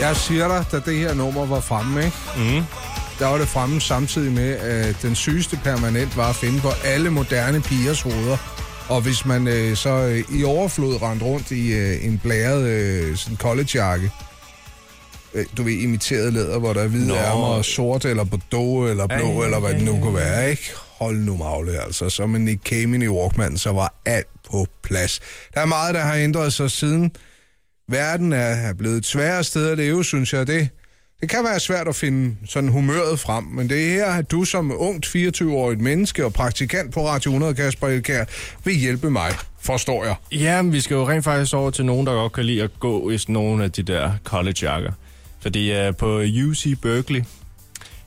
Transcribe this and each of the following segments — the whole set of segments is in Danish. Jeg siger dig, da det her nummer var fremme, ikke? Mm. der var det fremme samtidig med, at den sygeste permanent var at finde på alle moderne pigers hoveder. Og hvis man øh, så øh, i overflod rendte rundt i øh, en blæret øh, sådan collegejakke, øh, du ved, imiteret læder, hvor der er hvide Nå. ærmer og sort, eller bordeaux, eller blå, Ej, eller hvad det nu kunne være, ikke? Hold nu magle, altså. Som en Nick Cayman i Walkman, så var alt på plads. Der er meget, der har ændret sig siden. Verden er blevet et sværere sted at leve, synes jeg det. Det kan være svært at finde sådan humøret frem, men det er her, at du som ungt 24-årigt menneske og praktikant på Radio 100, Kasper Elkær, vil hjælpe mig, forstår jeg. Ja, men vi skal jo rent faktisk over til nogen, der godt kan lide at gå i sådan nogle af de der collegejakker. Fordi øh, på UC Berkeley,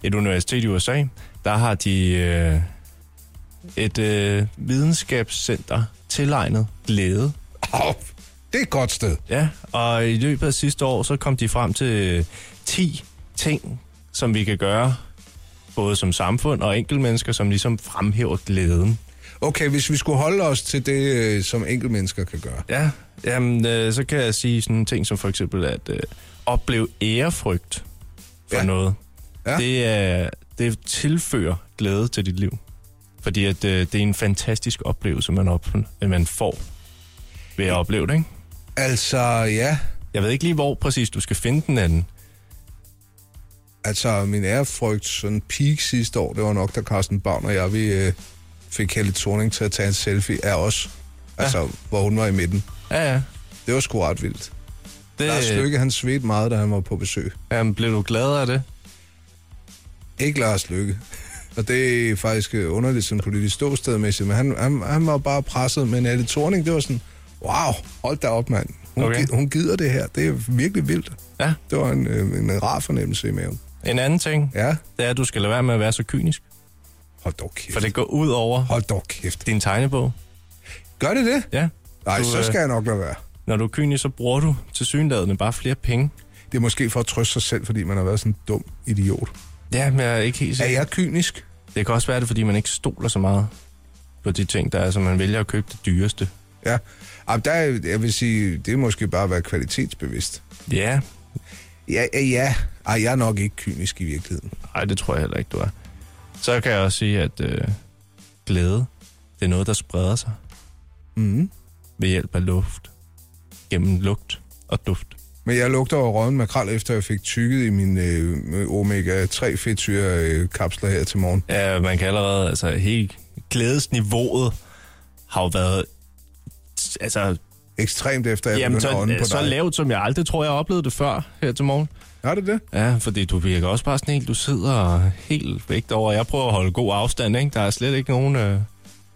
et universitet i USA, der har de øh, et øh, videnskabscenter tilegnet glæde. Au, det er et godt sted. Ja, og i løbet af sidste år, så kom de frem til øh, 10 ting, som vi kan gøre, både som samfund og enkeltmennesker, som ligesom fremhæver glæden. Okay, hvis vi skulle holde os til det, øh, som enkeltmennesker kan gøre. Ja, jamen, øh, så kan jeg sige sådan en ting som for eksempel at øh, opleve ærefrygt for Ja. ja. noget. Ja. Ja. Det, er, det tilfører glæde til dit liv. Fordi at, øh, det er en fantastisk oplevelse, man, op, man får ved at opleve det. Ikke? Altså, ja. Jeg ved ikke lige, hvor præcis du skal finde den anden. Altså, min ærefrygt, sådan peak sidste år, det var nok, da Carsten Bavn og jeg, vi øh, fik Helle Thorning til at tage en selfie af os. Altså, ja. hvor hun var i midten. Ja, ja. Det var sgu ret vildt. Det, Lars Løkke, han svedte meget, da han var på besøg. Jamen, blev du glad af det? Ikke Lars Løkke. Og det er faktisk øh, underligt sådan politisk ståstedmæssigt, men han, han, han var bare presset. Men Helle Thorning, det var sådan, wow, hold da op, mand. Hun, Okay. okay. hun gider det her. Det er virkelig vildt. Ja. Det var en, øh, en rar fornemmelse i maven. En anden ting, Ja. det er, at du skal lade være med at være så kynisk. Hold dog kæft. For det går ud over Hold dog kæft. din tegnebog. Gør det det? Ja. Nej, Du, så øh, skal jeg nok lade være. Når du er kynisk, så bruger du til synlædende bare flere penge. Det er måske for at trøste sig selv, fordi man har været sådan en dum idiot. Ja, men jeg er ikke helt Er sikker. jeg kynisk? Det kan også være det, er, fordi man ikke stoler så meget på de ting, der er, så man vælger at købe det dyreste. Ja. Jamen, der, er- jeg vil sige, det er måske bare at være kvalitetsbevidst. Ja, Ja, ja, ja. Ej, jeg er nok ikke kynisk i virkeligheden. nej, det tror jeg heller ikke, du er. Så kan jeg også sige, at øh, glæde, det er noget, der spreder sig Mm. ved hjælp af luft. Gennem lugt og duft. Men jeg lugter over røven makrel, efter jeg fik tykket i min øh, omega-3 fedtsyre øh, kapsler her til morgen. Ja, man kan allerede, altså helt glædesniveauet har jo været altså, Ekstremt efter, jeg jamen, begyndte at ånde så, på så dig. lavt, som jeg aldrig tror, jeg oplevede det før her til morgen. Er det det? Ja, fordi du virker også bare sådan helt, du sidder helt væk over. Jeg prøver at holde god afstand, ikke? Der er slet ikke nogen... Øh...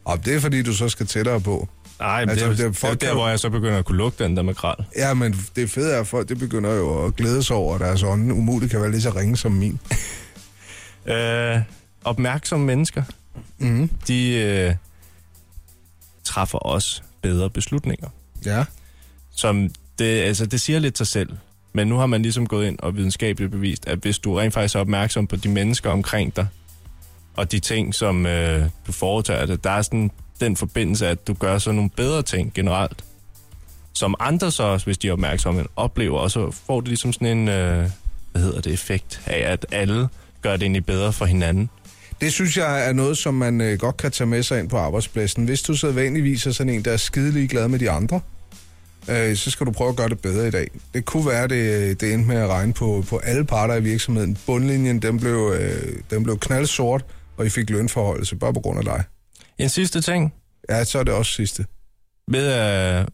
Og det er, fordi du så skal tættere på. Nej, men Altså, altså, det, det er er, det er folk- der, hvor jeg så begynder at kunne lugte den der makrel. Ja, men det fede er, at folk det begynder jo at glæde sig over, at deres ånde umuligt kan være lige så ringe som min. Øh, opmærksomme mennesker, Mm. de øh, træffer også bedre beslutninger. Ja. Som det, altså, det siger lidt sig selv. Men nu har man ligesom gået ind og videnskabeligt bevist, at hvis du rent faktisk er opmærksom på de mennesker omkring dig, og de ting, som øh, du foretager dig, der er sådan den forbindelse, at du gør sådan nogle bedre ting generelt. Som andre så også, hvis de er opmærksomme, oplever, og så får det ligesom sådan en, øh, hvad hedder det, effekt af, at alle gør det egentlig bedre for hinanden. Det synes jeg er noget, som man øh, godt kan tage med sig ind på arbejdspladsen. Hvis du sædvanligvis er sådan en, der er skidelig glad med de andre, øh, så skal du prøve at gøre det bedre i dag. Det kunne være, det, det endte med at regne på, på alle parter i virksomheden. Bundlinjen, den blev, øh, den blev knaldsort, og I fik lønforholdelse bare på grund af dig. En sidste ting, Ja, så er det også sidste. ved at,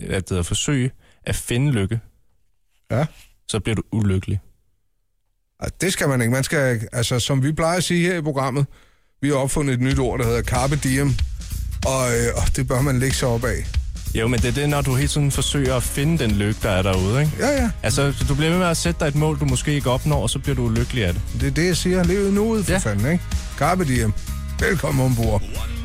øh, at, at forsøge at finde lykke, Ja. så bliver du ulykkelig. Ej, Det skal man ikke. Man skal, altså, som vi plejer at sige her i programmet, vi har opfundet et nyt ord, der hedder carpe diem, og, øh, og det bør man lægge sig op af. Jo, men det er det, når du hele tiden forsøger at finde den lykke, der er derude, ikke? Ja, ja, Altså, du bliver ved med at sætte dig et mål, du måske ikke opnår, og så bliver du ulykkelig af det. det er det, jeg siger. Lev nu ud for ja. Ja. fanden, ikke? Carpe diem. Velkommen ombord. One